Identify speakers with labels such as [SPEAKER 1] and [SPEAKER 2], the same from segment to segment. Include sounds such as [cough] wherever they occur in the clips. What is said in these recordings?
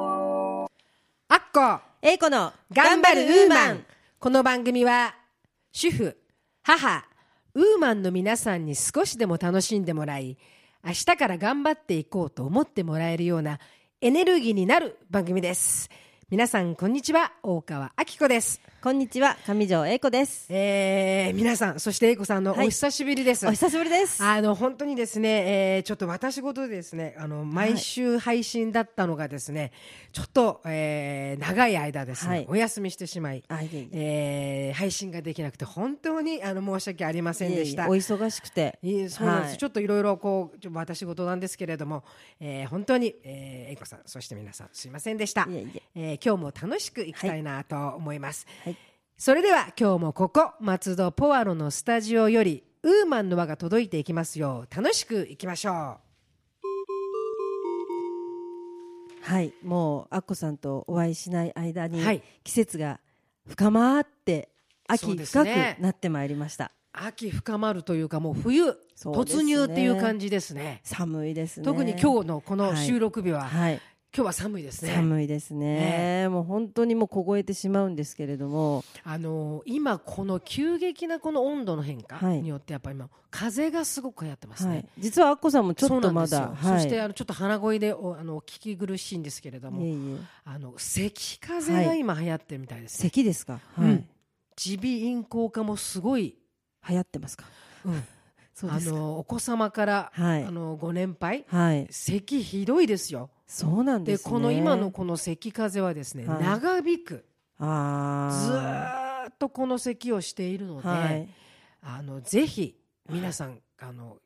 [SPEAKER 1] アッコ
[SPEAKER 2] 英子の
[SPEAKER 1] 頑張るウーマン
[SPEAKER 2] ン
[SPEAKER 1] この番組は主婦母ウーマンの皆さんに少しでも楽しんでもらい明日から頑張っていこうと思ってもらえるようなエネルギーになる番組です皆さんこんにちは大川明子です、
[SPEAKER 2] こんにちは上条英子です
[SPEAKER 1] えー、皆さんそして英子さんのお
[SPEAKER 2] はい
[SPEAKER 1] 久しぶりです、
[SPEAKER 2] お久しぶりです
[SPEAKER 1] あの本当にですね、えーちょっと私事でですねあの毎週配信だったのがですね、ちょっと、えー長い間ですね、
[SPEAKER 2] はい
[SPEAKER 1] お休みしてしまい、
[SPEAKER 2] あいえいえ
[SPEAKER 1] えー配信ができなくて本当にあの申し訳ありませんでした。
[SPEAKER 2] いえいえお忙しくて
[SPEAKER 1] いえそうなんです、
[SPEAKER 2] はい
[SPEAKER 1] ちょっといろいろこうちょっと私事なんですけれども、えー本当に、えー、英子さんそして皆さんすいませんでした
[SPEAKER 2] いえいえ
[SPEAKER 1] えー今日も楽しくいきたいなと思います、
[SPEAKER 2] はい
[SPEAKER 1] それでは今日もここ松戸ポワロのスタジオよりウーマンの輪が届いていきますよう楽しくいきましょ
[SPEAKER 2] はいもうアッコさんとお会いしない間に、
[SPEAKER 1] はい
[SPEAKER 2] 季節が深まって
[SPEAKER 1] そう
[SPEAKER 2] 秋
[SPEAKER 1] です
[SPEAKER 2] 深
[SPEAKER 1] ね
[SPEAKER 2] くなってまいりました、
[SPEAKER 1] う秋深まるというかもう冬
[SPEAKER 2] そうで
[SPEAKER 1] 突
[SPEAKER 2] すね
[SPEAKER 1] 入っていう感じですね
[SPEAKER 2] 寒いですね
[SPEAKER 1] 特に今日のこの収録日は、
[SPEAKER 2] はい
[SPEAKER 1] 今日は寒いですね
[SPEAKER 2] 寒いですね
[SPEAKER 1] ね
[SPEAKER 2] もう本当にもう凍えてしまうんですけれども
[SPEAKER 1] あのー今この急激なこの温度の変化
[SPEAKER 2] はい
[SPEAKER 1] によってやっぱり今風がすごく流行ってますね、
[SPEAKER 2] はい、実はアッコさんもちょっとま
[SPEAKER 1] そうな
[SPEAKER 2] だ
[SPEAKER 1] んですよ
[SPEAKER 2] はい
[SPEAKER 1] そしてあのちょっと鼻声でおあのお聞き苦しいんですけれども、
[SPEAKER 2] いえいえ
[SPEAKER 1] あの咳風が今流行ってるみたいですね
[SPEAKER 2] 咳ですか、はい
[SPEAKER 1] うん耳鼻咽喉科もすごい、
[SPEAKER 2] 流行ってますか
[SPEAKER 1] うん
[SPEAKER 2] そう
[SPEAKER 1] あ
[SPEAKER 2] ですか
[SPEAKER 1] のお子様から、
[SPEAKER 2] はい
[SPEAKER 1] あのご年配
[SPEAKER 2] はい
[SPEAKER 1] 咳ひどいですよ
[SPEAKER 2] そうなん
[SPEAKER 1] で
[SPEAKER 2] ですね
[SPEAKER 1] この今のこの咳風邪はですね、
[SPEAKER 2] はい
[SPEAKER 1] 長引くず
[SPEAKER 2] あ
[SPEAKER 1] ーっとこの咳をしているの
[SPEAKER 2] ー
[SPEAKER 1] で、
[SPEAKER 2] はい
[SPEAKER 1] あのぜひ皆さん、あの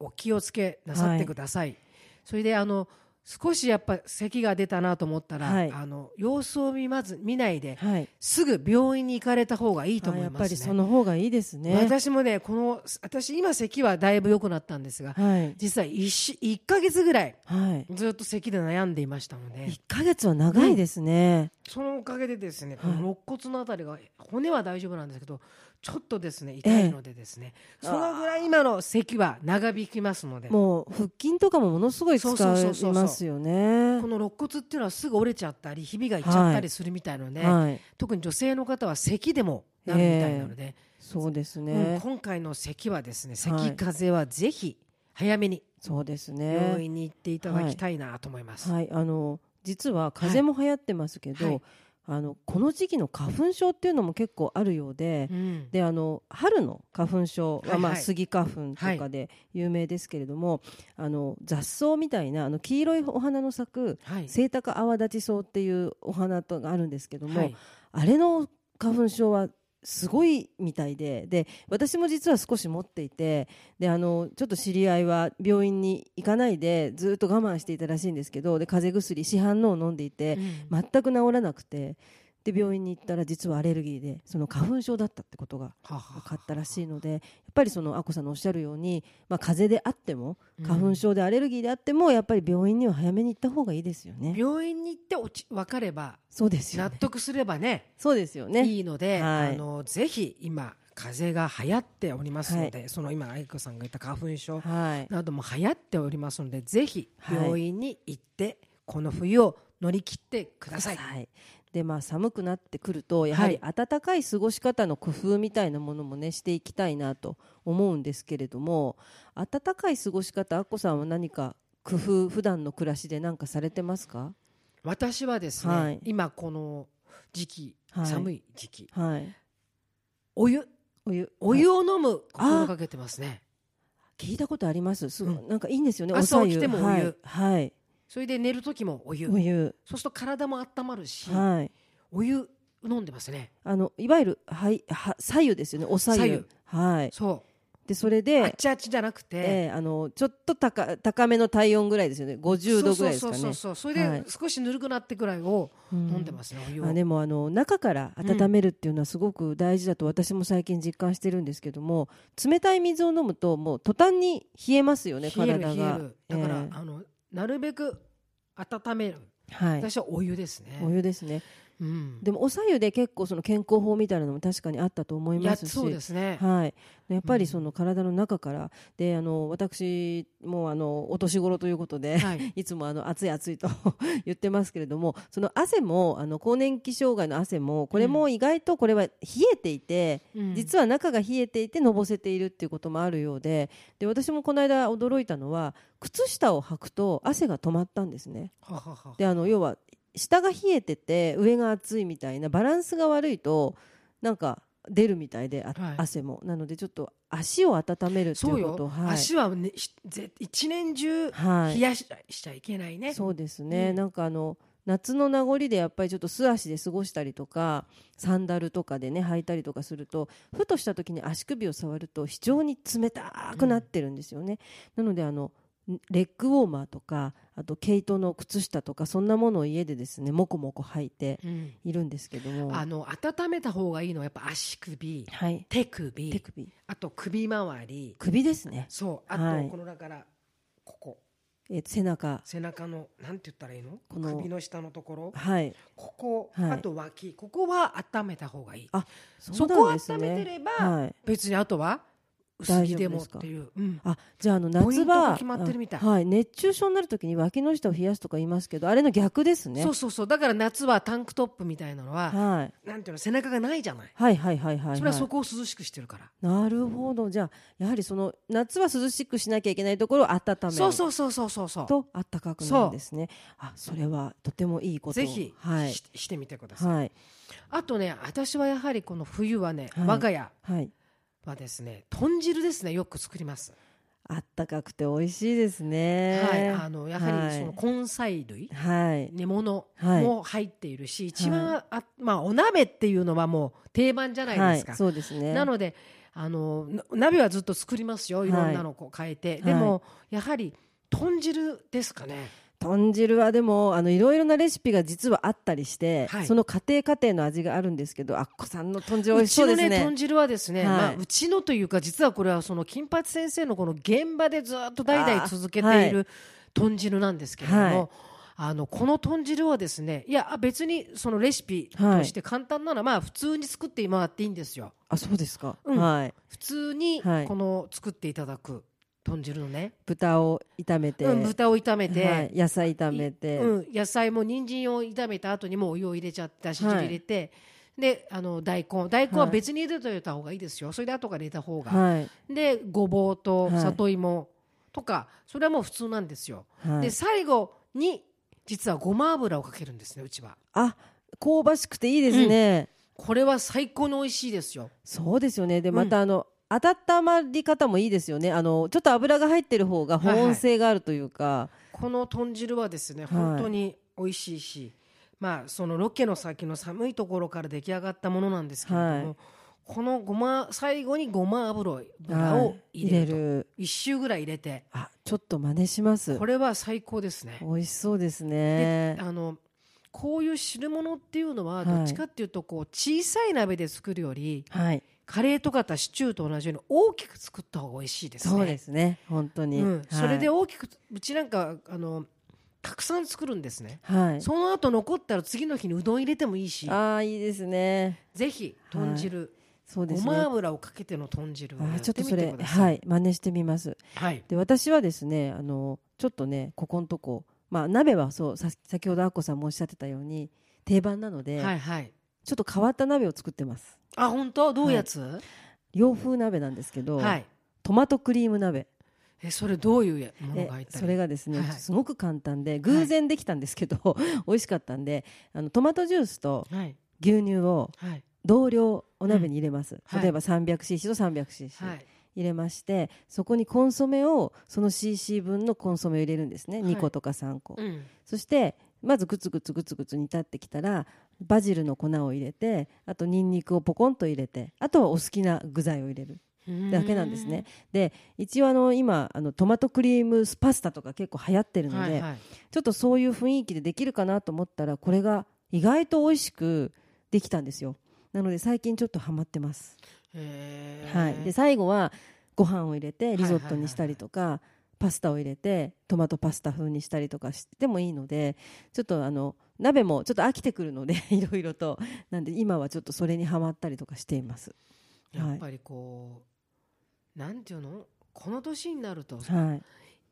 [SPEAKER 1] お気をつけなさってください。それであの少しやっぱ咳が出たなと思ったら、
[SPEAKER 2] はい
[SPEAKER 1] あの様子を見まず見ないで
[SPEAKER 2] はい
[SPEAKER 1] すぐ病院に行かれた方がいいと
[SPEAKER 2] あ
[SPEAKER 1] 思い
[SPEAKER 2] や
[SPEAKER 1] ます、
[SPEAKER 2] っ
[SPEAKER 1] ね。
[SPEAKER 2] ぱりその方がいいですね
[SPEAKER 1] 私もねこの私今咳はだいぶ良くなったんですが、
[SPEAKER 2] はい
[SPEAKER 1] 実は一し一ヶ月ぐらい
[SPEAKER 2] はい
[SPEAKER 1] ずっと咳で悩んでいましたので、
[SPEAKER 2] 一ヶ月は長いですね、
[SPEAKER 1] そのおかげでですね、こ
[SPEAKER 2] はい
[SPEAKER 1] の肋骨のあたりが骨は大丈夫なんですけどちょっとですね痛いのでですね、
[SPEAKER 2] え
[SPEAKER 1] そのぐらい今の咳は長引きますのでこ
[SPEAKER 2] もう腹筋とかもものすごい使
[SPEAKER 1] そうそうそうそうそう
[SPEAKER 2] いますよね
[SPEAKER 1] の肋骨っていうのはすぐ折れちゃったりひびがいっちゃったりするみたいなので、
[SPEAKER 2] はい
[SPEAKER 1] 特に女性の方は咳でもなるみたいなので、
[SPEAKER 2] そうですね、
[SPEAKER 1] うん今回の咳はですね咳風邪はぜひ早めに
[SPEAKER 2] そうです
[SPEAKER 1] 病
[SPEAKER 2] ね
[SPEAKER 1] 院に行っていただきたいなと思います。
[SPEAKER 2] はいあの実は風邪も流行ってますけど、
[SPEAKER 1] はい
[SPEAKER 2] あのこの時期の花粉症っていうのも結構あるようで、
[SPEAKER 1] うん
[SPEAKER 2] であの春の花粉症は、
[SPEAKER 1] はいはい
[SPEAKER 2] まあ、スギ花粉とかで有名ですけれども、あの雑草みたいなあの黄色いお花の咲く
[SPEAKER 1] はい
[SPEAKER 2] セイタカアワダチソウっていうお花とがあるんですけども、
[SPEAKER 1] はい
[SPEAKER 2] あれの花粉症はすごいみたいでで私も実は少し持っていてであのちょっと知り合いは病院に行かないでずっと我慢していたらしいんですけどで風邪薬市販のを飲んでいて、
[SPEAKER 1] うん
[SPEAKER 2] 全く治らなくてで病院に行ったら実はアレルギーでその花粉症だったってことが
[SPEAKER 1] はは
[SPEAKER 2] 分かったらしいのでやっぱりそのあこさんのおっしゃるように、まあ、風邪であっても
[SPEAKER 1] うん
[SPEAKER 2] 花粉症でアレルギーであってもやっぱり病院には早めに行った方がいいですよね。
[SPEAKER 1] 病院に行って落ち分かれば
[SPEAKER 2] そうですよ
[SPEAKER 1] 納
[SPEAKER 2] ね。
[SPEAKER 1] 得すればね
[SPEAKER 2] そうですよね。
[SPEAKER 1] いいので、
[SPEAKER 2] はい
[SPEAKER 1] あのぜひ今風邪が流行っておりますので、その今愛子さんが言った花粉症
[SPEAKER 2] はい。
[SPEAKER 1] なども流行っておりますのでぜひ
[SPEAKER 2] はい
[SPEAKER 1] 病院に行って、この冬を乗り切ってください。
[SPEAKER 2] はいでまあ、寒くなってくるとやはり暖かい過ごし方の工夫みたいなものもねしていきたいなと思うんですけれども暖かい過ごし方あっこさんは何か工夫普段の暮らしで何かされてますか
[SPEAKER 1] 私はですね、
[SPEAKER 2] はい
[SPEAKER 1] 今この時期、
[SPEAKER 2] はい
[SPEAKER 1] 寒い時期
[SPEAKER 2] はい
[SPEAKER 1] お湯
[SPEAKER 2] お湯
[SPEAKER 1] お湯を飲む心がけてますね、
[SPEAKER 2] 聞いたことありますすごい
[SPEAKER 1] うん
[SPEAKER 2] なんかいいんですよね
[SPEAKER 1] 朝
[SPEAKER 2] お白湯
[SPEAKER 1] 起きてもお湯
[SPEAKER 2] はい、はい
[SPEAKER 1] それで寝る時もお湯
[SPEAKER 2] お湯
[SPEAKER 1] そうすると体も温まるし、
[SPEAKER 2] はい
[SPEAKER 1] お湯飲んでますね
[SPEAKER 2] あのいわゆるはいは左右ですよねお左右
[SPEAKER 1] 白湯
[SPEAKER 2] はい
[SPEAKER 1] そ
[SPEAKER 2] でそれ
[SPEAKER 1] うあっ
[SPEAKER 2] で
[SPEAKER 1] ちあっちじゃなくて、
[SPEAKER 2] えーあのちょっと高高めの体温ぐらいですよね50度ぐらいです
[SPEAKER 1] そ
[SPEAKER 2] か
[SPEAKER 1] うそ
[SPEAKER 2] ね
[SPEAKER 1] うそうそうそれ
[SPEAKER 2] は
[SPEAKER 1] で
[SPEAKER 2] い
[SPEAKER 1] 少しぬるくなってくらいを飲んでますね、お湯を
[SPEAKER 2] あでもあの中から温めるっていうのはすごく大事だと私も最近実感してるんですけども、冷たい水を飲むともう途端に冷えますよね
[SPEAKER 1] 冷え
[SPEAKER 2] 体
[SPEAKER 1] る冷
[SPEAKER 2] が
[SPEAKER 1] えるだから、
[SPEAKER 2] え
[SPEAKER 1] あのなるべく温める
[SPEAKER 2] えはい
[SPEAKER 1] 私はお湯ですね、
[SPEAKER 2] お湯ですね、
[SPEAKER 1] うん
[SPEAKER 2] でもおさゆで結構その健康法みたいなのも確かにあったと思い
[SPEAKER 1] いや
[SPEAKER 2] ますし
[SPEAKER 1] そうですね、
[SPEAKER 2] はい、やっぱ
[SPEAKER 1] うん
[SPEAKER 2] りその体の中から、であの私もあのお年頃ということで、
[SPEAKER 1] はい
[SPEAKER 2] [laughs] いつもあの暑い暑いと [laughs] 言ってますけれどもその汗もあの更年期障害の汗もこれも意外とこれは冷えていて、実は中が冷えていてのぼせているっていうこともあるようでで私もこの間驚いたのは靴下を履くと汗が止まったんですね。
[SPEAKER 1] ははは
[SPEAKER 2] であの要は下が冷えてて上が暑いみたいなバランスが悪いとなんか出るみたいで、あ
[SPEAKER 1] はい
[SPEAKER 2] 汗もなのでちょっと足を温めるって
[SPEAKER 1] そう
[SPEAKER 2] いうこ
[SPEAKER 1] よ
[SPEAKER 2] と、はい、
[SPEAKER 1] 足は、ね、ひぜ一年中
[SPEAKER 2] は
[SPEAKER 1] 冷
[SPEAKER 2] い、
[SPEAKER 1] やし,、ちゃいけないね
[SPEAKER 2] そうですね、
[SPEAKER 1] うん
[SPEAKER 2] なんかあの夏の名残でやっぱりちょっと素足で過ごしたりとかサンダルとかでね履いたりとかするとふとした時に足首を触ると非常に冷たくなってるんですよね、なのであのレッグウォーマーとかあと毛糸の靴下とかそんなものを家でですねもこもこ履いて
[SPEAKER 1] うん
[SPEAKER 2] いるんですけども。
[SPEAKER 1] あの温めた方がいいのはやっぱ足首
[SPEAKER 2] はい。
[SPEAKER 1] 手首
[SPEAKER 2] 手首。
[SPEAKER 1] あと首周り
[SPEAKER 2] 首ですね。
[SPEAKER 1] そうあ
[SPEAKER 2] は
[SPEAKER 1] と
[SPEAKER 2] い
[SPEAKER 1] このだからここ
[SPEAKER 2] えー背中。
[SPEAKER 1] 背中のなんて言ったらいいの
[SPEAKER 2] この
[SPEAKER 1] 首の下のところ
[SPEAKER 2] はい。
[SPEAKER 1] ここ、
[SPEAKER 2] はい
[SPEAKER 1] あと脇ここは温めた方がいい
[SPEAKER 2] あ
[SPEAKER 1] そこを温めてれば、
[SPEAKER 2] はい。
[SPEAKER 1] 別にあとは薄着でもっていう、うん
[SPEAKER 2] あ、じゃああの
[SPEAKER 1] ポイ
[SPEAKER 2] 夏
[SPEAKER 1] ントが
[SPEAKER 2] 場。
[SPEAKER 1] 決まってるみたい
[SPEAKER 2] あはい。熱中症になるときに脇の下を冷やすとか言いますけど、あれの逆ですね。
[SPEAKER 1] そうそうそうだから夏はタンクトップみたいなのは、
[SPEAKER 2] はい。
[SPEAKER 1] なんていうの背中がないじゃない、
[SPEAKER 2] はいはいはいはい、はい。
[SPEAKER 1] それはそこを涼しくしてるから、
[SPEAKER 2] なるほど。じゃあ、やはりその夏は涼しくしなきゃいけないところを温める。
[SPEAKER 1] そうそうそうそうそうそう
[SPEAKER 2] と暖かくなるんですね。あ、それはとてもいいこと。
[SPEAKER 1] ぜひ、
[SPEAKER 2] はい
[SPEAKER 1] し。してみてください、
[SPEAKER 2] はい。
[SPEAKER 1] あとね私はやはりこの冬はね、
[SPEAKER 2] はい
[SPEAKER 1] 我が家
[SPEAKER 2] はい。
[SPEAKER 1] はですね豚汁ですねよく作ります、
[SPEAKER 2] あったかくて美味しいですね。
[SPEAKER 1] はいあのやは
[SPEAKER 2] はい
[SPEAKER 1] りその根菜類、
[SPEAKER 2] はい。
[SPEAKER 1] 煮物
[SPEAKER 2] はい
[SPEAKER 1] も入っているし、一番あ、まあ、お鍋っていうのはもう定番じゃないですか、
[SPEAKER 2] はい、そうですね。
[SPEAKER 1] なのであのな鍋はずっと作りますよいろんなのこう変えて、でも、やはり豚汁ですかね
[SPEAKER 2] 豚汁はでもあのいろいろなレシピが実はあったりして、
[SPEAKER 1] はい
[SPEAKER 2] その家庭家庭の味があるんですけど、あっこさんの豚汁美
[SPEAKER 1] う
[SPEAKER 2] 味
[SPEAKER 1] ち
[SPEAKER 2] しそう
[SPEAKER 1] の
[SPEAKER 2] です
[SPEAKER 1] ね
[SPEAKER 2] ね。
[SPEAKER 1] 豚汁はですね、
[SPEAKER 2] はい
[SPEAKER 1] まあ、うちのというか実はこれはその金八先生のこの現場でずっと代々続け
[SPEAKER 2] あー
[SPEAKER 1] て
[SPEAKER 2] はいい
[SPEAKER 1] る豚汁なんですけれども、
[SPEAKER 2] はい
[SPEAKER 1] あのこの豚汁はですねいやあ別にそのレシピとして簡単なのは、まあ普通に作ってもらっていいんですよ
[SPEAKER 2] あ、そうですか。
[SPEAKER 1] うん
[SPEAKER 2] はい。
[SPEAKER 1] 普通に
[SPEAKER 2] はい
[SPEAKER 1] この作っていただく豚汁のね、
[SPEAKER 2] 豚を炒めて、
[SPEAKER 1] うん、豚を炒めて、
[SPEAKER 2] はい、野菜炒めて、
[SPEAKER 1] うん、野菜も人参を炒めた後にもうお湯を入れちゃってだし汁入れて、であの大根大根は別に入れといた方がいいですよ、それで後から入れた方が、
[SPEAKER 2] はい、
[SPEAKER 1] でごぼうと
[SPEAKER 2] はい
[SPEAKER 1] 里芋とか、それはもう普通なんですよ、
[SPEAKER 2] は
[SPEAKER 1] で
[SPEAKER 2] い。
[SPEAKER 1] 最後に実はごま油をかけるんですねうちは
[SPEAKER 2] あ、香ばしくていいですね。
[SPEAKER 1] これは最高に美味しいですよ
[SPEAKER 2] そうですよね。で、
[SPEAKER 1] うん
[SPEAKER 2] またあの、温まり方もいいですよね。あの、ちょっと油が入ってる方が保温性があるというか、
[SPEAKER 1] この豚汁はですね
[SPEAKER 2] い
[SPEAKER 1] 本当に美味しいし、まあそのロケの先の寒いところから出来上がったものなんですけれども、
[SPEAKER 2] はい
[SPEAKER 1] このごま最後にごま油を
[SPEAKER 2] はい
[SPEAKER 1] 入れると、
[SPEAKER 2] る。
[SPEAKER 1] 1周ぐらい入れて
[SPEAKER 2] あ、ちょっと真似します
[SPEAKER 1] こ。れは最高ですね
[SPEAKER 2] 美。味しそうです
[SPEAKER 1] で
[SPEAKER 2] ね。
[SPEAKER 1] あのこういう汁物っていうのは
[SPEAKER 2] はい
[SPEAKER 1] どっちかっていうとこう小さい鍋で作るより
[SPEAKER 2] はい。
[SPEAKER 1] カレーとかたシチューと同じように大きく作った方が美味しいですね。
[SPEAKER 2] そうですね。本当に。
[SPEAKER 1] うん、それで
[SPEAKER 2] はい、
[SPEAKER 1] 大きくうちなんかあのたくさん作るんですね。
[SPEAKER 2] はい
[SPEAKER 1] その後残ったら次の日にうどん入れてもいいし
[SPEAKER 2] ああ、いいですね。
[SPEAKER 1] ぜひ豚汁、
[SPEAKER 2] そうで
[SPEAKER 1] ご
[SPEAKER 2] す
[SPEAKER 1] ま
[SPEAKER 2] ね。
[SPEAKER 1] 油をかけての豚汁を
[SPEAKER 2] あ
[SPEAKER 1] や
[SPEAKER 2] ー
[SPEAKER 1] って
[SPEAKER 2] ちょっと
[SPEAKER 1] みて
[SPEAKER 2] それ
[SPEAKER 1] く、ださ。
[SPEAKER 2] はいい、真似してみます。
[SPEAKER 1] はい、
[SPEAKER 2] で、私はですね、あの、ちょっとね、ここのとこ、まあ、鍋はそう、さ先ほどあっこさんもおっしゃってたように、定番なので、
[SPEAKER 1] はい、はい。
[SPEAKER 2] ちょっと変わった鍋を作ってます。
[SPEAKER 1] あ、本当どういうやつ？は
[SPEAKER 2] 洋風鍋なんですけど、
[SPEAKER 1] い。
[SPEAKER 2] トマトクリーム鍋。
[SPEAKER 1] え、それどういうもの
[SPEAKER 2] え
[SPEAKER 1] が入ったり？
[SPEAKER 2] それがですね、
[SPEAKER 1] はい
[SPEAKER 2] すごく簡単で、偶然できたんですけど、 [laughs] 美味しかったんで、あの、トマトジュースと
[SPEAKER 1] はい、
[SPEAKER 2] 牛乳を
[SPEAKER 1] はい、
[SPEAKER 2] 同量お鍋に入れます、
[SPEAKER 1] はい
[SPEAKER 2] 例えば 300cc と 300cc、
[SPEAKER 1] はい。
[SPEAKER 2] 入れましてそこにコンソメをその cc 分のコンソメを入れるんですね、
[SPEAKER 1] はい
[SPEAKER 2] 2個とか3個、
[SPEAKER 1] うん。
[SPEAKER 2] そしてまずグツグツグツグツ煮立ってきたらバジルの粉を入れてあとニンニクをポコンと入れてあとはお好きな具材を入れるだけなんですねで一応あの今あのトマトクリームパスタとか結構流行って
[SPEAKER 1] う
[SPEAKER 2] る
[SPEAKER 1] ん。
[SPEAKER 2] ので、
[SPEAKER 1] はい、はい。
[SPEAKER 2] ちょっとそういう雰囲気でできるかなと思ったらこれが意外と美味しくできたんですよなので最近ちょっとハマってます、
[SPEAKER 1] へー
[SPEAKER 2] はい、で最後はご飯を入れてリゾットにしたりとか、パスタを入れてトマトパスタ風にしたりとかしてもいいのでちょっとあの鍋もちょっと飽きてくるので [laughs] いろいろとなんで今はちょっとそれにはまったりとかしています。
[SPEAKER 1] やっぱりこう、なんていうのこの年になると、
[SPEAKER 2] は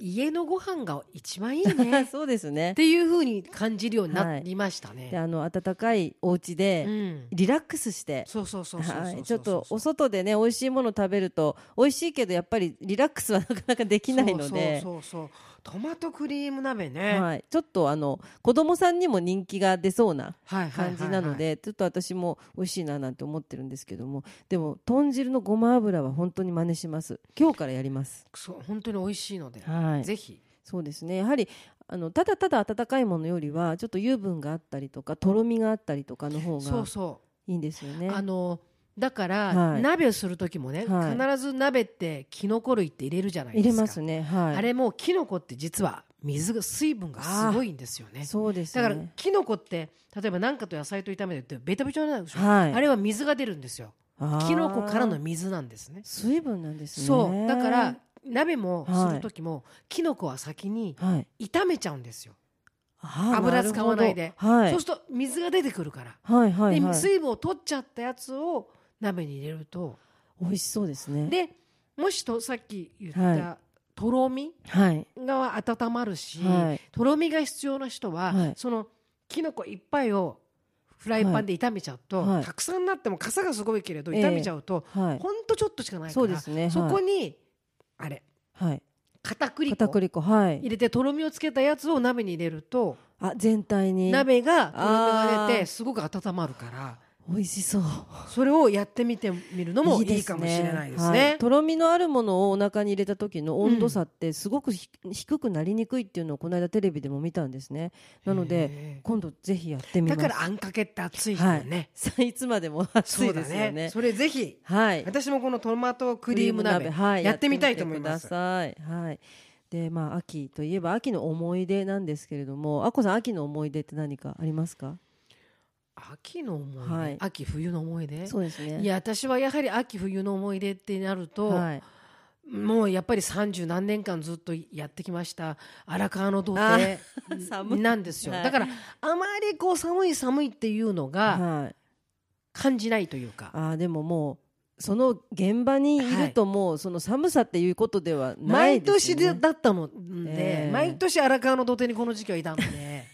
[SPEAKER 1] 家のご飯が一番いい
[SPEAKER 2] い、 [laughs]
[SPEAKER 1] ねっ
[SPEAKER 2] そうですね
[SPEAKER 1] ていうふうに感じるようになりましたね。
[SPEAKER 2] であの温かいお家
[SPEAKER 1] う
[SPEAKER 2] で
[SPEAKER 1] ん、
[SPEAKER 2] リラックスして、
[SPEAKER 1] そうそうそうそうそう
[SPEAKER 2] は
[SPEAKER 1] そう
[SPEAKER 2] い、ちょっとお外でね美味しいもの食べると美味しいけどやっぱりリラックスはなかなかできないので
[SPEAKER 1] そうそうそうそうトマトクリーム鍋ね、
[SPEAKER 2] はい、ちょっとあの子供さんにも人気が出そうな
[SPEAKER 1] はいはいはいはい
[SPEAKER 2] 感じなので、ちょっと私も美味しいななんて思ってるんですけどもでも豚汁のごま油は本当に真似します今日からやります
[SPEAKER 1] そう本当に美味しいので、
[SPEAKER 2] は
[SPEAKER 1] ぜひ
[SPEAKER 2] そうですねやはりあのただただ温かいものよりはちょっと油分があったりとかとろみがあったりとかの方
[SPEAKER 1] そ
[SPEAKER 2] が
[SPEAKER 1] うそ
[SPEAKER 2] いいんですよ
[SPEAKER 1] う、
[SPEAKER 2] ね
[SPEAKER 1] あのだから、
[SPEAKER 2] はい
[SPEAKER 1] 鍋をする時もね、
[SPEAKER 2] はい
[SPEAKER 1] 必ず鍋ってキノコ類って入れるじゃないで
[SPEAKER 2] 入
[SPEAKER 1] すか
[SPEAKER 2] れますねはい
[SPEAKER 1] あれもキノコって実は水が水分がすごいんですよね
[SPEAKER 2] そうです
[SPEAKER 1] だ
[SPEAKER 2] ね
[SPEAKER 1] からキノコって例えば何かと野菜と炒めてるってベタベタになるでしょ、
[SPEAKER 2] はい
[SPEAKER 1] あれは水が出るんですよ
[SPEAKER 2] あー
[SPEAKER 1] キノコからの水なんですね
[SPEAKER 2] 水分なんですね
[SPEAKER 1] そうだから鍋も
[SPEAKER 2] はい
[SPEAKER 1] する時も、キノコは先に
[SPEAKER 2] はい
[SPEAKER 1] 炒めちゃうんですよ、
[SPEAKER 2] あー
[SPEAKER 1] 油使わないで
[SPEAKER 2] るほどはい
[SPEAKER 1] そうすると水が出てくるから、
[SPEAKER 2] はいはいは
[SPEAKER 1] で
[SPEAKER 2] い
[SPEAKER 1] 水分を取っちゃったやつを鍋に入れると
[SPEAKER 2] 美味しそうですね
[SPEAKER 1] でもしとさっき言った、
[SPEAKER 2] は
[SPEAKER 1] とろみ
[SPEAKER 2] はい
[SPEAKER 1] が温まるし、
[SPEAKER 2] はい
[SPEAKER 1] とろみが必要な人は、
[SPEAKER 2] はい
[SPEAKER 1] そのきのこいっぱいをフライパンで炒めちゃうと、
[SPEAKER 2] はい
[SPEAKER 1] たくさんなってもかさがすごいけれど、
[SPEAKER 2] ええ
[SPEAKER 1] 炒めちゃうと
[SPEAKER 2] はい
[SPEAKER 1] ほんとちょっとしかないから
[SPEAKER 2] そうですねはい
[SPEAKER 1] そこにあれ
[SPEAKER 2] はい
[SPEAKER 1] 片栗
[SPEAKER 2] 片
[SPEAKER 1] 粉
[SPEAKER 2] 栗粉はい
[SPEAKER 1] 入れてとろみをつけたやつを鍋に入れると
[SPEAKER 2] あ全体に
[SPEAKER 1] 鍋がとろみが出
[SPEAKER 2] あ
[SPEAKER 1] て
[SPEAKER 2] ー
[SPEAKER 1] すごく温まるから
[SPEAKER 2] 美味しそう
[SPEAKER 1] それをやってみてみるのもいいかもしれないです
[SPEAKER 2] は
[SPEAKER 1] ね
[SPEAKER 2] い。とろみのあるものをお腹に入れた時の温度差ってすごくひ、低くなりにくいっていうのをこの間テレビでも見たんですねなので
[SPEAKER 1] へ
[SPEAKER 2] 今度ぜひやって
[SPEAKER 1] ー
[SPEAKER 2] みま
[SPEAKER 1] だ
[SPEAKER 2] す
[SPEAKER 1] からあんかけって熱いよね、
[SPEAKER 2] [laughs] さあいつまでも暑
[SPEAKER 1] そ
[SPEAKER 2] いう
[SPEAKER 1] だ
[SPEAKER 2] ですよね
[SPEAKER 1] ねそれぜひ
[SPEAKER 2] はい
[SPEAKER 1] 私もこのトマトクリーム鍋
[SPEAKER 2] クリームはい、
[SPEAKER 1] やってみたいと思います
[SPEAKER 2] やってみてくださいはいでまあ秋といえば秋の思い出なんですけれどもあこさん秋の思い出って何かありますか
[SPEAKER 1] 秋の思い出、
[SPEAKER 2] はい
[SPEAKER 1] 秋冬の思い出
[SPEAKER 2] そうですね
[SPEAKER 1] いや私はやはり秋冬の思い出ってなると、
[SPEAKER 2] はい、
[SPEAKER 1] もうやっぱり三十何年間ずっとやってきました荒川の童貞
[SPEAKER 2] あー寒い
[SPEAKER 1] なんですよ、
[SPEAKER 2] はい
[SPEAKER 1] だからあまりこう寒い寒いっていうのが
[SPEAKER 2] はい、
[SPEAKER 1] 感じないというか、
[SPEAKER 2] あーでももうその現場にいるともうその寒さっていうことではな
[SPEAKER 1] 毎
[SPEAKER 2] いです
[SPEAKER 1] 年
[SPEAKER 2] よね、
[SPEAKER 1] でだったので、
[SPEAKER 2] ええ
[SPEAKER 1] 毎年荒川の土手にこの時期はいたんで [laughs]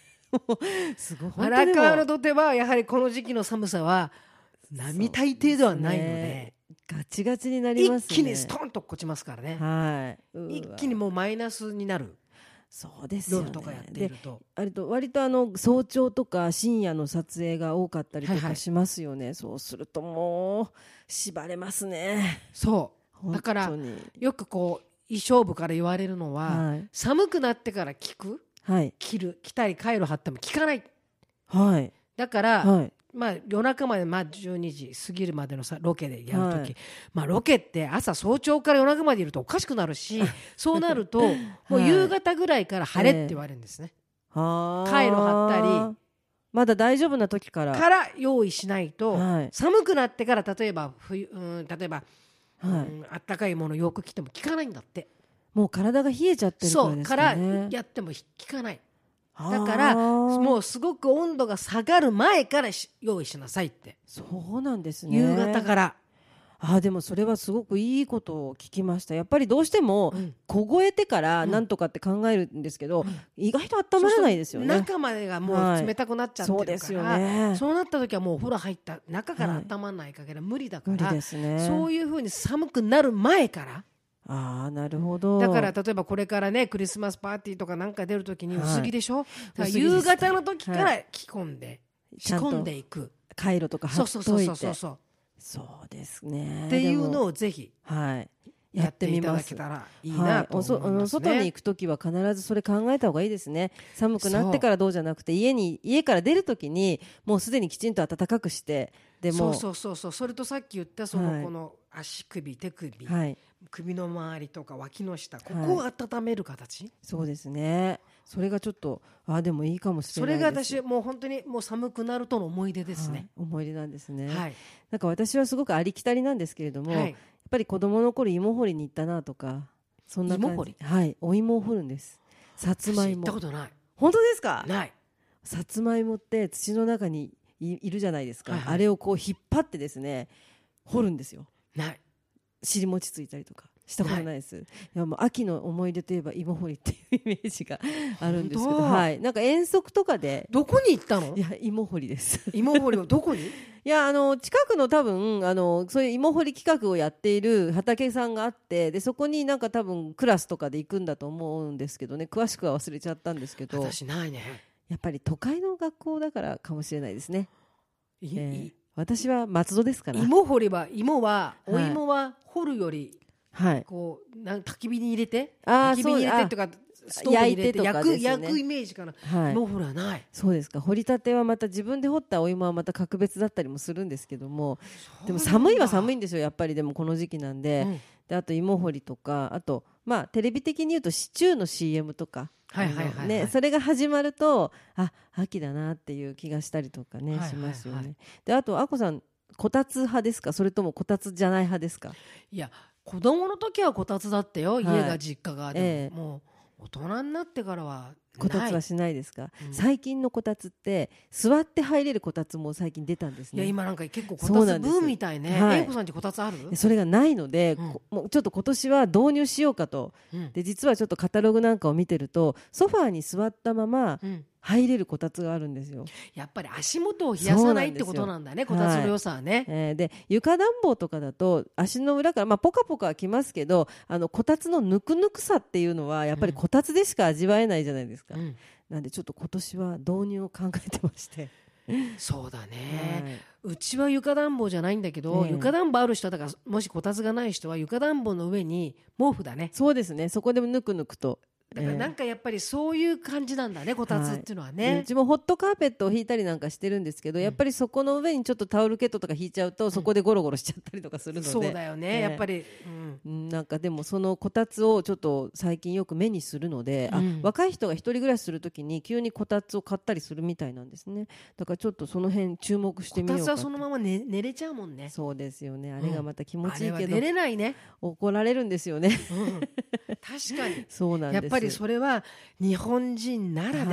[SPEAKER 2] すごい本当
[SPEAKER 1] 荒
[SPEAKER 2] でも
[SPEAKER 1] 川の土手はやはりこの時期の寒さは並大抵ではないので
[SPEAKER 2] そうでガチガチになりま
[SPEAKER 1] 一
[SPEAKER 2] すね
[SPEAKER 1] 気にストンとこちますからね、
[SPEAKER 2] はい、うわ
[SPEAKER 1] 一気にもうマイナスになる
[SPEAKER 2] そうですよね
[SPEAKER 1] 夜とかやってい
[SPEAKER 2] で
[SPEAKER 1] ると、
[SPEAKER 2] あれと割とあの早朝とか深夜の撮影が多かったりと
[SPEAKER 1] はいは
[SPEAKER 2] か
[SPEAKER 1] い
[SPEAKER 2] しますよね、そうするともう縛れますね
[SPEAKER 1] そだ
[SPEAKER 2] 本
[SPEAKER 1] から
[SPEAKER 2] 当に
[SPEAKER 1] うよくこう衣装部から言われるのは、
[SPEAKER 2] はい
[SPEAKER 1] 寒くなってから聞く
[SPEAKER 2] はい
[SPEAKER 1] 着る着たりカイロ貼っても聞かない
[SPEAKER 2] はい
[SPEAKER 1] だから、
[SPEAKER 2] はい
[SPEAKER 1] まあ、夜中まで、まあ、12時過ぎるまでのさロケでやるとき、
[SPEAKER 2] はい
[SPEAKER 1] まあ、ロケって朝早朝から夜中までいるとおかしくなるしそうなる
[SPEAKER 2] [laughs]
[SPEAKER 1] ともう夕方ぐらいから晴れって言われるんですね、
[SPEAKER 2] はー
[SPEAKER 1] カイロ貼ったり
[SPEAKER 2] まだ大丈夫な時から
[SPEAKER 1] から用意しないと、
[SPEAKER 2] はい
[SPEAKER 1] 寒くなってから例えば冬うん例えば、う
[SPEAKER 2] はい、
[SPEAKER 1] んあったかいものよく着ても効かないんだって
[SPEAKER 2] もう体が冷えちゃってるから
[SPEAKER 1] そう
[SPEAKER 2] です
[SPEAKER 1] から
[SPEAKER 2] かね
[SPEAKER 1] やっても効かない
[SPEAKER 2] あー
[SPEAKER 1] だからもうすごく温度が下がる前からし用意しなさいって、
[SPEAKER 2] そうなんですね
[SPEAKER 1] 夕方から、
[SPEAKER 2] あーでもそれはすごくいいことを聞きましたやっぱりどうしても
[SPEAKER 1] うん
[SPEAKER 2] 凍えてからなんとかって考えるんですけど、意外と温まらないですよね
[SPEAKER 1] 中までがもう冷たくなっちゃってる
[SPEAKER 2] そ
[SPEAKER 1] から、
[SPEAKER 2] うですよね
[SPEAKER 1] そうなった時はもうお風呂入った中から
[SPEAKER 2] はい
[SPEAKER 1] 温まらない限り無理だか
[SPEAKER 2] 無
[SPEAKER 1] ら、
[SPEAKER 2] 理ですね
[SPEAKER 1] そういうふうに寒くなる前から
[SPEAKER 2] ああなるほど
[SPEAKER 1] だから例えばこれからねクリスマスパーティーとかなんか出る時に
[SPEAKER 2] はい
[SPEAKER 1] 薄着でしょ、だから
[SPEAKER 2] 薄着です
[SPEAKER 1] 夕方の時か
[SPEAKER 2] は
[SPEAKER 1] ら着込んで、
[SPEAKER 2] ち
[SPEAKER 1] 仕
[SPEAKER 2] ゃんと
[SPEAKER 1] 込んでいく
[SPEAKER 2] カイロとか貼
[SPEAKER 1] そう
[SPEAKER 2] っ
[SPEAKER 1] そうそ
[SPEAKER 2] と
[SPEAKER 1] う
[SPEAKER 2] い
[SPEAKER 1] そうそ
[SPEAKER 2] て
[SPEAKER 1] うそう
[SPEAKER 2] そうですね
[SPEAKER 1] っていうの
[SPEAKER 2] を
[SPEAKER 1] をぜひ
[SPEAKER 2] はい
[SPEAKER 1] やってみま
[SPEAKER 2] や
[SPEAKER 1] す
[SPEAKER 2] って
[SPEAKER 1] や
[SPEAKER 2] み
[SPEAKER 1] っていただけたらいい
[SPEAKER 2] は、
[SPEAKER 1] ないと思い
[SPEAKER 2] お
[SPEAKER 1] ます、ね
[SPEAKER 2] そあの外に行くときは必ずそれ考えた方がいいですね寒くなってからどうじゃなくて家に家から出るときにもうすでにきちんと暖かくしてで
[SPEAKER 1] そ
[SPEAKER 2] も
[SPEAKER 1] うそうそうそうそれとさっき言ったその、
[SPEAKER 2] はい
[SPEAKER 1] この足首手首、
[SPEAKER 2] はい、
[SPEAKER 1] 首の周りとか脇の下こ
[SPEAKER 2] はい
[SPEAKER 1] こを温める形、
[SPEAKER 2] そうですねそれがちょっとあでもいいかもしれ
[SPEAKER 1] そ
[SPEAKER 2] ない
[SPEAKER 1] れ
[SPEAKER 2] です
[SPEAKER 1] が私もう本当にもう寒くなるとの思い出です
[SPEAKER 2] はい
[SPEAKER 1] ね。
[SPEAKER 2] 思い出なんですね、
[SPEAKER 1] はい、
[SPEAKER 2] なんか私はすごくありきたりなんですけれども、
[SPEAKER 1] は
[SPEAKER 2] やっ
[SPEAKER 1] い、
[SPEAKER 2] ぱり子供の頃芋掘りに行ったなとかそんな感じ
[SPEAKER 1] 芋掘り
[SPEAKER 2] はいお芋を掘るんですさつま
[SPEAKER 1] 私行
[SPEAKER 2] い
[SPEAKER 1] っ
[SPEAKER 2] も
[SPEAKER 1] たことない。
[SPEAKER 2] 本当ですか
[SPEAKER 1] ない。
[SPEAKER 2] さつまいもって土の中にいいるじゃないですか、
[SPEAKER 1] はいはい
[SPEAKER 2] あれをこう引っ張ってですね掘るんですよ
[SPEAKER 1] ない
[SPEAKER 2] 尻餅ついたりとかしたことないです、い、やもう秋の思い出といえば芋掘りっていうイメージがあるんですけ
[SPEAKER 1] 本
[SPEAKER 2] ど、
[SPEAKER 1] 当
[SPEAKER 2] はい、なんか遠足とかで
[SPEAKER 1] どこに行ったの
[SPEAKER 2] [laughs] いや芋掘りです [laughs]
[SPEAKER 1] 芋掘りはどこに
[SPEAKER 2] いやあの近くの多分あのそういう芋掘り企画をやっている畑さんがあってでそこになんか多分クラスとかで行くんだと思うんですけどね詳しくは忘れちゃったんですけど
[SPEAKER 1] 私ないね
[SPEAKER 2] やっぱり都会の学校だからかもしれないですね、
[SPEAKER 1] い
[SPEAKER 2] えー
[SPEAKER 1] い
[SPEAKER 2] 私は松戸ですから
[SPEAKER 1] 芋掘りは芋はお
[SPEAKER 2] はい
[SPEAKER 1] 芋は掘るより
[SPEAKER 2] はい
[SPEAKER 1] こうなん焚き火に入れて
[SPEAKER 2] あー
[SPEAKER 1] 焚き火に入れてとかストーブに入れて
[SPEAKER 2] 焼いてと
[SPEAKER 1] 焼
[SPEAKER 2] か
[SPEAKER 1] く
[SPEAKER 2] ですね
[SPEAKER 1] 焼くイメージかな
[SPEAKER 2] はい
[SPEAKER 1] 芋掘りはない
[SPEAKER 2] そうですか掘りたてはまた自分で掘ったお芋はまた格別だったりもするんですけどもでも寒いは寒いんですよやっぱりでもこの時期なんで,、
[SPEAKER 1] うん
[SPEAKER 2] であと芋掘りとかあとまあテレビ的に言うとシチューの CM とか、
[SPEAKER 1] はいはいはいはい
[SPEAKER 2] あのね、それが始まるとあ秋だなっていう気がしたりとか
[SPEAKER 1] は
[SPEAKER 2] ね、
[SPEAKER 1] いはいはい
[SPEAKER 2] しますよね。であとあこさんこたつ派ですかそれともこたつじゃない派ですか
[SPEAKER 1] いや子供の時はこたつだったよ、
[SPEAKER 2] い
[SPEAKER 1] 家が実家がでも、
[SPEAKER 2] ええ
[SPEAKER 1] もう大人になってからは
[SPEAKER 2] こたつ
[SPEAKER 1] ない
[SPEAKER 2] はしないですか、
[SPEAKER 1] うん
[SPEAKER 2] 最近のこたつって座って入れるこたつも最近出たんです
[SPEAKER 1] いや
[SPEAKER 2] ね。
[SPEAKER 1] 今なんか結構こ
[SPEAKER 2] そ
[SPEAKER 1] た
[SPEAKER 2] うな
[SPEAKER 1] つ
[SPEAKER 2] ん
[SPEAKER 1] ブ
[SPEAKER 2] で
[SPEAKER 1] ー
[SPEAKER 2] す
[SPEAKER 1] ムみたいね
[SPEAKER 2] はい
[SPEAKER 1] 英子さんちこたつある、
[SPEAKER 2] でそれがないので、
[SPEAKER 1] うん
[SPEAKER 2] こもうちょっと今年は導入しようかと
[SPEAKER 1] うん
[SPEAKER 2] で実はちょっとカタログなんかを見てるとソファーに座ったまま
[SPEAKER 1] うん
[SPEAKER 2] 入れるこたつがあるんですよ、
[SPEAKER 1] やっぱり足元を冷やさないってことなんだね
[SPEAKER 2] そ
[SPEAKER 1] こ
[SPEAKER 2] うなん
[SPEAKER 1] た
[SPEAKER 2] で
[SPEAKER 1] つ
[SPEAKER 2] すよ
[SPEAKER 1] の良さはね、
[SPEAKER 2] えーで床暖房とかだと足の裏から、まあ、ポカポカはきますけどあのこたつのぬくぬくさっていうのはやっぱり
[SPEAKER 1] うん
[SPEAKER 2] こたつでしか味わえないじゃないですか、
[SPEAKER 1] うん
[SPEAKER 2] なんでちょっと今年は導入を考えてまして、
[SPEAKER 1] そうだ
[SPEAKER 2] は
[SPEAKER 1] ね、
[SPEAKER 2] いう
[SPEAKER 1] ちは床暖房じゃないんだけど、
[SPEAKER 2] ええ
[SPEAKER 1] 床暖房ある人はだからもしこたつがない人は床暖房の上に毛布だね
[SPEAKER 2] そうですねそこでもぬくぬくと。
[SPEAKER 1] だから
[SPEAKER 2] えー
[SPEAKER 1] なんかやっぱりそういう感じなんだねこたつっていうのは
[SPEAKER 2] で
[SPEAKER 1] ね
[SPEAKER 2] う、ちもホットカーペットを引いたりなんかしてるんですけど、やっぱりそこの上にちょっとタオルケットとか引いちゃうとそこでゴロゴロしちゃったりとかするので、
[SPEAKER 1] そうだよね、
[SPEAKER 2] ええ
[SPEAKER 1] やっぱり、うん
[SPEAKER 2] うんなんかでもそのこたつをちょっと最近よく目にするので、あ
[SPEAKER 1] うん
[SPEAKER 2] 若い人が一人暮らしするときに急にこたつを買ったりするみたいなんですねだからちょっとその辺注目して
[SPEAKER 1] こ
[SPEAKER 2] みよ
[SPEAKER 1] た
[SPEAKER 2] う
[SPEAKER 1] つ
[SPEAKER 2] か
[SPEAKER 1] は
[SPEAKER 2] と
[SPEAKER 1] そのまま寝寝れちゃうもんね
[SPEAKER 2] そうですよねあれがまた気持
[SPEAKER 1] あ
[SPEAKER 2] ちい
[SPEAKER 1] れ
[SPEAKER 2] い
[SPEAKER 1] は
[SPEAKER 2] けど、
[SPEAKER 1] 寝れないね、
[SPEAKER 2] 怒られるんですよね [laughs]
[SPEAKER 1] うん確かに
[SPEAKER 2] そうなんです
[SPEAKER 1] やっぱりそれは日本人ならでは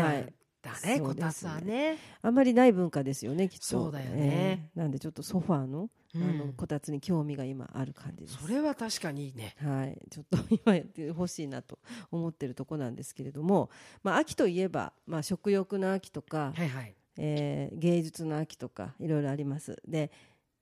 [SPEAKER 1] だね、
[SPEAKER 2] はい
[SPEAKER 1] こたつは
[SPEAKER 2] そうです
[SPEAKER 1] ね
[SPEAKER 2] あんまりない文化ですよねきっと
[SPEAKER 1] そうだよね、
[SPEAKER 2] えーなんでちょっとソファーの,、
[SPEAKER 1] う
[SPEAKER 2] あの
[SPEAKER 1] ん
[SPEAKER 2] こたつに興味が今ある感じです
[SPEAKER 1] それは確かにいいね
[SPEAKER 2] はい、ちょっと今やってほしいなと思ってるとこなんですけれども、まあ、秋といえば、まあ、食欲の秋とか、
[SPEAKER 1] はいはい
[SPEAKER 2] えー芸術の秋とかいろいろあります。で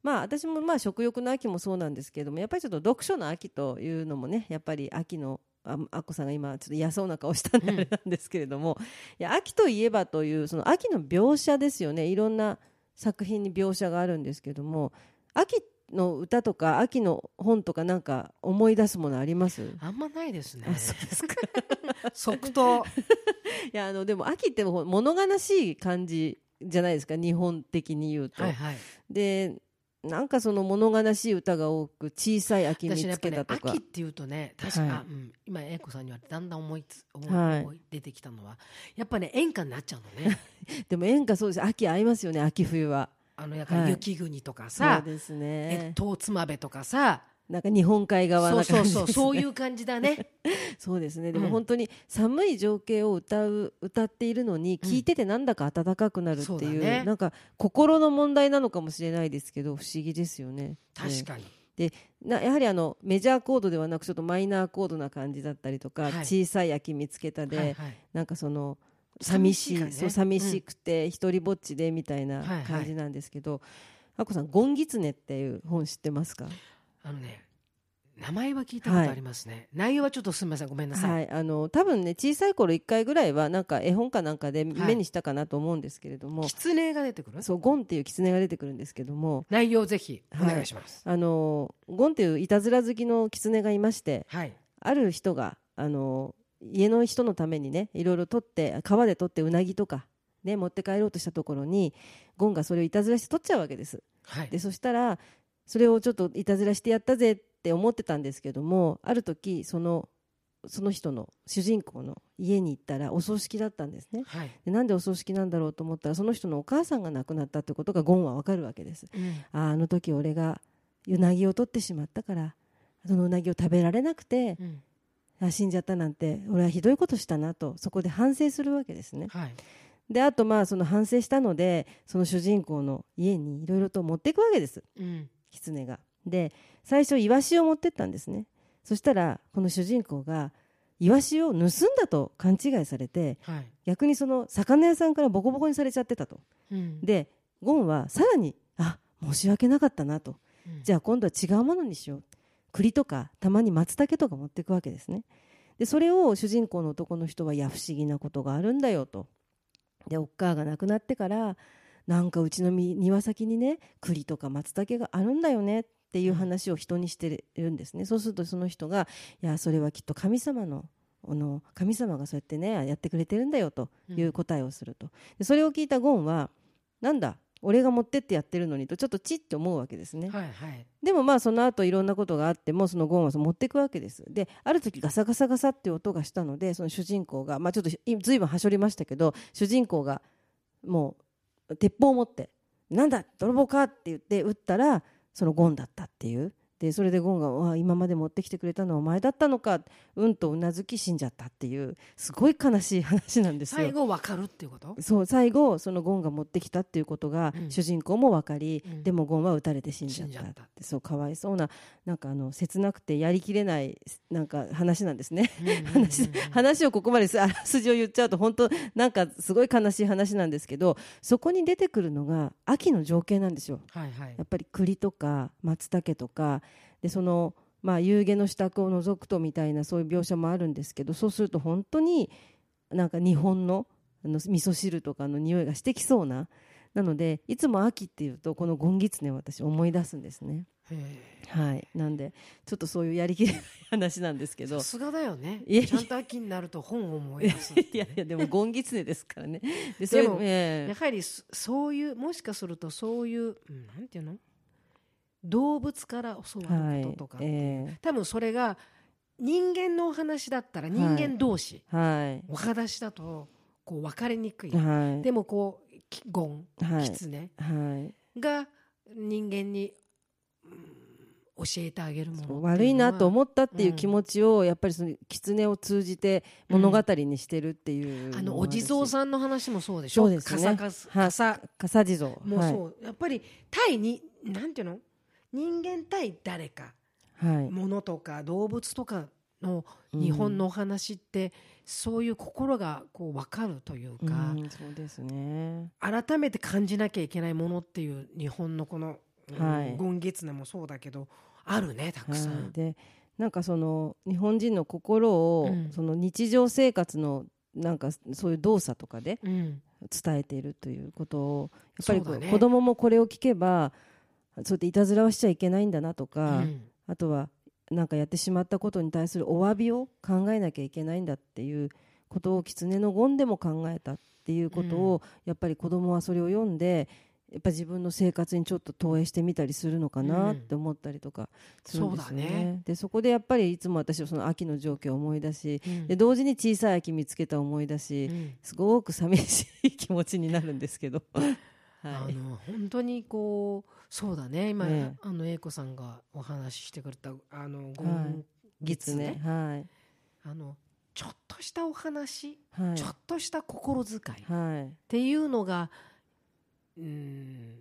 [SPEAKER 2] まあ、私もまあ食欲の秋もそうなんですけれどもやっぱりちょっと読書の秋というのもねやっぱり秋のああっこさんが今ちょっと嫌そうな顔したんで
[SPEAKER 1] うん
[SPEAKER 2] あれなんですけれども、いや秋といえばというその秋の描写ですよねいろんな作品に描写があるんですけれども秋の歌とか秋の本とかなんか思い出すものあります
[SPEAKER 1] あんまないですね
[SPEAKER 2] [laughs] あそう
[SPEAKER 1] [laughs]
[SPEAKER 2] ですか
[SPEAKER 1] 即答
[SPEAKER 2] [laughs] いやあのでも秋ってもう物悲しい感じじゃないですか日本的に言うと。
[SPEAKER 1] はいはい
[SPEAKER 2] でなんかその物悲しい歌が多く小さい秋見
[SPEAKER 1] 私ねや
[SPEAKER 2] つ
[SPEAKER 1] っぱ
[SPEAKER 2] け
[SPEAKER 1] りね
[SPEAKER 2] たとか、
[SPEAKER 1] 秋っていうとね確か、
[SPEAKER 2] はい
[SPEAKER 1] あうん、今英子さんに言われてだんだん思いつ思い、
[SPEAKER 2] はい
[SPEAKER 1] 思い出てきたのはやっぱね演歌になっちゃうの [laughs] ね
[SPEAKER 2] でも演歌そうです秋合いますよね秋冬は
[SPEAKER 1] あのやっぱり
[SPEAKER 2] はい
[SPEAKER 1] 雪国とか
[SPEAKER 2] そ
[SPEAKER 1] さ
[SPEAKER 2] う、です
[SPEAKER 1] え
[SPEAKER 2] ね
[SPEAKER 1] っとつまべとかさ
[SPEAKER 2] なんか日本海側
[SPEAKER 1] そう
[SPEAKER 2] な
[SPEAKER 1] そ
[SPEAKER 2] 感
[SPEAKER 1] う
[SPEAKER 2] じです、
[SPEAKER 1] そう
[SPEAKER 2] ね、
[SPEAKER 1] そういう感じだね
[SPEAKER 2] [laughs] そうですね
[SPEAKER 1] ん
[SPEAKER 2] でも本当に寒い情景を歌う歌っているのに
[SPEAKER 1] うん
[SPEAKER 2] 聞いててなんだか暖かくなるって
[SPEAKER 1] そうだ
[SPEAKER 2] いう,、
[SPEAKER 1] ね
[SPEAKER 2] なんか心の問題なのかもしれないですけど不思議ですよね
[SPEAKER 1] 確
[SPEAKER 2] か
[SPEAKER 1] かに、
[SPEAKER 2] なやはりあのメジャーコードではなくちょっとマイナーコードな感じだったりとか、
[SPEAKER 1] はい
[SPEAKER 2] 小さい秋見つけたで、
[SPEAKER 1] はいはい
[SPEAKER 2] なんかその
[SPEAKER 1] 寂
[SPEAKER 2] 寂
[SPEAKER 1] し
[SPEAKER 2] し
[SPEAKER 1] い
[SPEAKER 2] い
[SPEAKER 1] からね
[SPEAKER 2] そう寂しくて一人ぼっちでみたい
[SPEAKER 1] は
[SPEAKER 2] な
[SPEAKER 1] いはい
[SPEAKER 2] 感じなんですけど、あこさん「ゴンギツネ」っていう本知ってますか、
[SPEAKER 1] あのね名前は聞いたことありますね、内容はちょっとすみませんごめんなさい、
[SPEAKER 2] はい、あの多分ね小さい頃一回ぐらいはなんか絵本かなんかで
[SPEAKER 1] はい
[SPEAKER 2] 目にしたかなと思うんですけれども、
[SPEAKER 1] 狐が出てくる
[SPEAKER 2] そうゴンっていう狐が出てくるんですけども
[SPEAKER 1] 内容ぜひお願いします
[SPEAKER 2] あのゴンっていういたずら好きの狐がいまして
[SPEAKER 1] はい、
[SPEAKER 2] ある人があの家の人のためにねいろいろ取って川で取ってうなぎとか、ね、持って帰ろうとしたところにゴンがそれをいたずらして取っちゃうわけです。
[SPEAKER 1] はい
[SPEAKER 2] でそしたらそれをちょっといたずらしてやったぜって思ってたんですけどもある時そのその人の主人公の家に行ったらお葬式だったんですね
[SPEAKER 1] はい、
[SPEAKER 2] でなんでお葬式なんだろうと思ったらその人のお母さんが亡くなったってことがゴンはわかるわけですあーあの時俺がうなぎを取ってしまったからそのうなぎを食べられなくて
[SPEAKER 1] うん
[SPEAKER 2] あ死んじゃったなんて俺はひどいことしたなとそこで反省するわけですね
[SPEAKER 1] はい
[SPEAKER 2] であとまあその反省したのでその主人公の家にいろいろと持っていくわけです
[SPEAKER 1] うん
[SPEAKER 2] 狐が。で最初イワシを持ってったんですねそしたらこの主人公がイワシを盗んだと勘違いされて
[SPEAKER 1] はい
[SPEAKER 2] 逆にその魚屋さんからボコボコにされちゃってたと。
[SPEAKER 1] うん
[SPEAKER 2] でゴンはさらにあ申し訳なかったなとじ
[SPEAKER 1] ゃ
[SPEAKER 2] ゃあ今度は違うものにしよう栗とかたまに松茸とか持っていくわけですねでそれを主人公の男の人はいや不思議なことがあるんだよとでおっかあが亡くなってからなんかうちのみ庭先にね栗とか松茸があるんだよねっていう話を人にしてるんですねそうするとその人がいやそれはきっと神様のあの神様がそうやってねやってくれてるんだよという答えをすると、でそれを聞いたゴンはなんだ俺が持ってってやってるのにとちょっとチッて思うわけですね、
[SPEAKER 1] はいはい
[SPEAKER 2] でもまあその後いろんなことがあってもそのゴンは持っていくわけですである時ガサガサガサっていう音がしたのでその主人公がまあちょっといずいぶんはしょりましたけど主人公がもう鉄砲を持って「なんだ泥棒か!」って言って撃ったらそのゴンだったっていうでそれでゴンがうわ「今まで持ってきてくれたのはお前だったのか」うんとうなずき死んじゃったっていうすごい悲しい話なんですよ
[SPEAKER 1] 最。後わかるっていうこと
[SPEAKER 2] そう最後そのゴンが持ってきたっていうことが
[SPEAKER 1] うん
[SPEAKER 2] 主人公も分かり、
[SPEAKER 1] うん
[SPEAKER 2] でもゴンは撃たれて死んじゃっ
[SPEAKER 1] 死ん
[SPEAKER 2] た
[SPEAKER 1] じゃ
[SPEAKER 2] っ
[SPEAKER 1] った
[SPEAKER 2] てそうかわいそうななんかあの切なくてやりきれないなんか話なんですね。話話をここまですあらすじを言っちゃうと本当なんかすごい悲しい話なんですけどそこに出てくるのが秋の情景なんですよ。
[SPEAKER 1] はいはい
[SPEAKER 2] やっぱり栗とか松茸とかでその、まあ、夕げの支度を除くとみたいなそういう描写もあるんですけどそうすると本当になんか日本のあの味噌汁とかの匂いがしてきそうななのでいつも秋っていうとこのゴンギツネを私思い出すんですね。
[SPEAKER 1] へ
[SPEAKER 2] はい、なんでちょっとそういうやりきれない話なんですけ
[SPEAKER 1] ー
[SPEAKER 2] ど
[SPEAKER 1] さ。すがだよね
[SPEAKER 2] いやいや
[SPEAKER 1] ちゃんと秋になると本を思い出すって
[SPEAKER 2] いやいやでもゴンギツネですか
[SPEAKER 1] [laughs]
[SPEAKER 2] らね。で
[SPEAKER 1] でも
[SPEAKER 2] え
[SPEAKER 1] やはりそそういうもしかするとそういううんなんていうの動物から教
[SPEAKER 2] え
[SPEAKER 1] わることとか、
[SPEAKER 2] はい、え
[SPEAKER 1] 多分それが人間のお話だったら人間同士、
[SPEAKER 2] えはい
[SPEAKER 1] お話だとこう分かりにくい、
[SPEAKER 2] はい
[SPEAKER 1] でもこうきゴン
[SPEAKER 2] はい
[SPEAKER 1] 狐
[SPEAKER 2] はい。
[SPEAKER 1] が人間に、うん、教えてあげるものっていうのは
[SPEAKER 2] 悪いなと思ったっていう
[SPEAKER 1] うん
[SPEAKER 2] 気持ちをやっぱりその狐を通じて物語にしてるっていう
[SPEAKER 1] あのお地蔵
[SPEAKER 2] ん
[SPEAKER 1] さんの話もそうでしょ
[SPEAKER 2] そうですね
[SPEAKER 1] カサカサ
[SPEAKER 2] は
[SPEAKER 1] カ
[SPEAKER 2] い
[SPEAKER 1] サ
[SPEAKER 2] 笠地蔵
[SPEAKER 1] もう
[SPEAKER 2] はい
[SPEAKER 1] そう、やっぱり対になんていうの人間対誰か
[SPEAKER 2] はい
[SPEAKER 1] ものとか動物とかの日本のお話って、そういう心がこう分かるという
[SPEAKER 2] うん
[SPEAKER 1] か、
[SPEAKER 2] うんそうですね
[SPEAKER 1] 改めて感じなきゃいけないものっていう日本のこの「
[SPEAKER 2] はい
[SPEAKER 1] ゴンギツネ」もそうだけどあるねたくさん。
[SPEAKER 2] はいでなんかその日本人の心を、
[SPEAKER 1] うん
[SPEAKER 2] その日常生活のなんかそういう動作とかで
[SPEAKER 1] うん
[SPEAKER 2] 伝えているということをやっぱりこ
[SPEAKER 1] そう
[SPEAKER 2] う
[SPEAKER 1] だね
[SPEAKER 2] 子供もこれを聞けばそうやっていたずらはしちゃいけないんだなと
[SPEAKER 1] う
[SPEAKER 2] か、
[SPEAKER 1] ん
[SPEAKER 2] あとはなんかやってしまったことに対するお詫びを考えなきゃいけないんだっていうことを狐のゴンでも考えたっていうことを、やっぱり子供はそれを読んでやっぱ自分の生活にちょっと投影してみたりするのかなって思ったりとかするんですよね。
[SPEAKER 1] そうだね
[SPEAKER 2] でそこでやっぱりいつも私はその秋の状況を思い出し
[SPEAKER 1] うん
[SPEAKER 2] で同時に小さい秋見つけた思い出し、
[SPEAKER 1] うん
[SPEAKER 2] すごく寂しい気持ちになるんです
[SPEAKER 1] [laughs]
[SPEAKER 2] けど。
[SPEAKER 1] あ
[SPEAKER 2] はい
[SPEAKER 1] の本当にこうそうだね今、
[SPEAKER 2] ね
[SPEAKER 1] あの英子さんがお話ししてくれたあのゴ
[SPEAKER 2] は
[SPEAKER 1] ン
[SPEAKER 2] い
[SPEAKER 1] ギツネ、
[SPEAKER 2] はい
[SPEAKER 1] あのちょっとしたお話、
[SPEAKER 2] はい
[SPEAKER 1] ちょっとした心遣いっ
[SPEAKER 2] はい
[SPEAKER 1] ていうのが、うん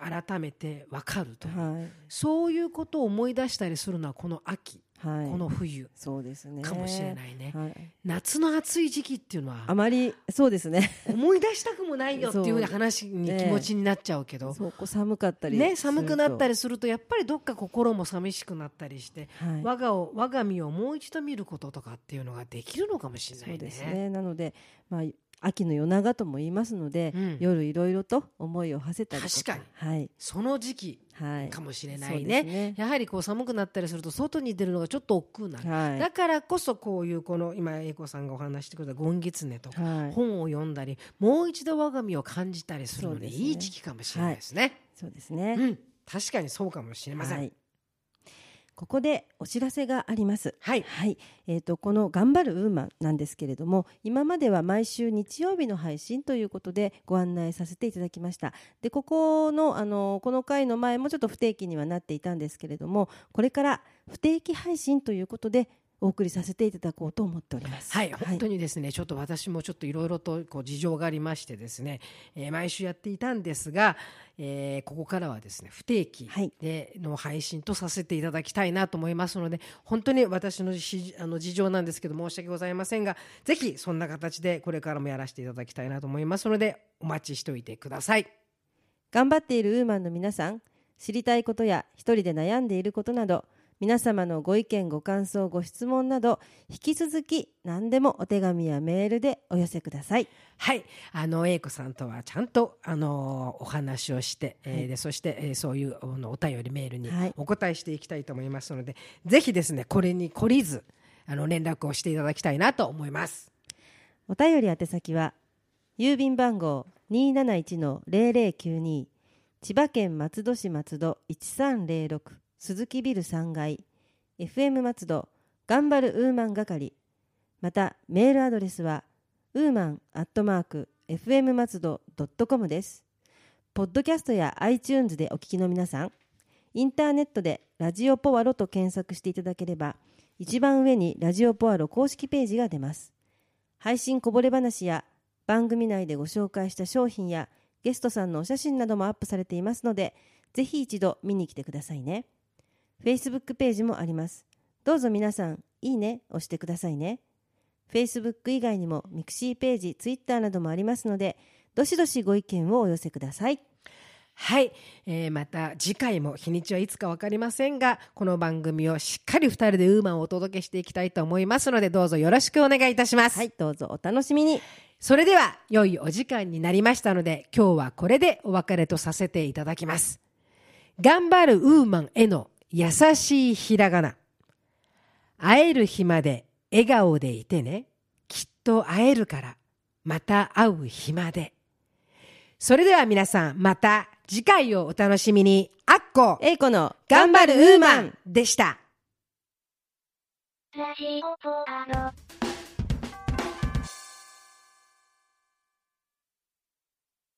[SPEAKER 1] 改めて分かるという、
[SPEAKER 2] はい
[SPEAKER 1] そういうことを思い出したりするのはこの秋、
[SPEAKER 2] はい
[SPEAKER 1] この冬
[SPEAKER 2] そうですね。
[SPEAKER 1] かもしれないね、
[SPEAKER 2] はい、
[SPEAKER 1] 夏の暑い時期っていうの
[SPEAKER 2] あ
[SPEAKER 1] は
[SPEAKER 2] まりそうですね。
[SPEAKER 1] [laughs] 思い出したくもないよっていう
[SPEAKER 2] そう
[SPEAKER 1] な話に
[SPEAKER 2] ね
[SPEAKER 1] 気持ちになっちゃうけど、
[SPEAKER 2] そうこう寒かったり
[SPEAKER 1] ね、寒くなった
[SPEAKER 2] り、
[SPEAKER 1] りするとやっぱりどっか心も寂しくなったりして、
[SPEAKER 2] はい、
[SPEAKER 1] 我がを我が身をもう一度見ることとかっていうのができるのかもしれない
[SPEAKER 2] そ
[SPEAKER 1] ね。
[SPEAKER 2] うですね。なのでまあ秋の夜長とも言いますので、
[SPEAKER 1] うん
[SPEAKER 2] 夜いろいろと思いを馳せたりと
[SPEAKER 1] 確か
[SPEAKER 2] はい
[SPEAKER 1] その時期
[SPEAKER 2] はい
[SPEAKER 1] かもしれな
[SPEAKER 2] そう
[SPEAKER 1] い
[SPEAKER 2] です
[SPEAKER 1] ね。
[SPEAKER 2] ね
[SPEAKER 1] やはりこう寒くなったりすると外に出るのがちょっと億劫になる、
[SPEAKER 2] はい
[SPEAKER 1] だからこそこういうこの今英子さんがお話ししてくれた「ゴンギツネ」とか
[SPEAKER 2] はい
[SPEAKER 1] 本を読んだりもう一度我が身を感じたりするの
[SPEAKER 2] そう
[SPEAKER 1] に
[SPEAKER 2] ですね
[SPEAKER 1] いい時期かもしれないですね。
[SPEAKER 2] そうですね。
[SPEAKER 1] うん、確かにそうかもしれません。
[SPEAKER 2] はい。ここでお知らせがあります。
[SPEAKER 1] はい
[SPEAKER 2] はい。えっ、とこの頑張るウーマンなんですけれども、今までは毎週日曜日の配信ということでご案内させていただきました。でここのあのこの回の前もちょっと不定期にはなっていたんですけれども、これから不定期配信ということで。お送りさせていただこうと思っております。
[SPEAKER 1] はい、本当にですね、ちょっと私もちょっといろいろとこう事情がありましてですね、えー毎週やっていたんですが、えーここからはですね、不定期
[SPEAKER 2] はい
[SPEAKER 1] での配信とさせていただきたいなと思いますので、本当に私のしあの事情なんですけど申し訳ございませんが、ぜひそんな形でこれからもやらせていただきたいなと思いますので、お待ちしておいてください。
[SPEAKER 2] 頑張っているウーマンの皆さん知りたいことや一人で悩んでいることなど皆様のご意見ご感想ご質問など引き続き何でもお手紙やメールでお寄せください
[SPEAKER 1] はい、あの英子さんとはちゃんとあのお話をして、えーでそして、えーそういうあのお便りメールに
[SPEAKER 2] はい
[SPEAKER 1] お答えしていきたいと思いますので、ぜひですねこれに懲りずあの連絡をしていただきたいなと思います。
[SPEAKER 2] お便り宛先は郵便番号271-0092千葉県松戸市松戸1306鈴木ビル3階 FM 松戸頑張るウーマン係またメールアドレスはウーマンアットマーク FM 松戸 .com ですポッドキャストや iTunes でお聞きの皆さんインターネットでラジオポワロと検索していただければ一番上にラジオポワロ公式ページが出ます配信こぼれ話や番組内でご紹介した商品やゲストさんのお写真などもアップされていますのでぜひ一度見に来てくださいね Facebook ページもありますどうぞ皆さんいいね押してくださいね Facebook 以外にも Mixi ページ Twitter などもありますのでどしどしご意見をお寄せください
[SPEAKER 1] はい、えーまた次回も日にちはいつかわかりませんがこの番組をしっかり二人でウーマンをお届けしていきたいと思いますのでどうぞよろしくお願いいたします。
[SPEAKER 2] はいどうぞお楽しみに
[SPEAKER 1] それでは良いお時間になりましたので今日はこれでお別れとさせていただきます頑張るウーマンへの優しいひらがな会える日まで笑顔でいてねきっと会えるからまた会う日までそれでは皆さんまた次回をお楽しみにあっこ
[SPEAKER 2] えいこの
[SPEAKER 1] 頑張るウーマンでした
[SPEAKER 3] ラジオポアド。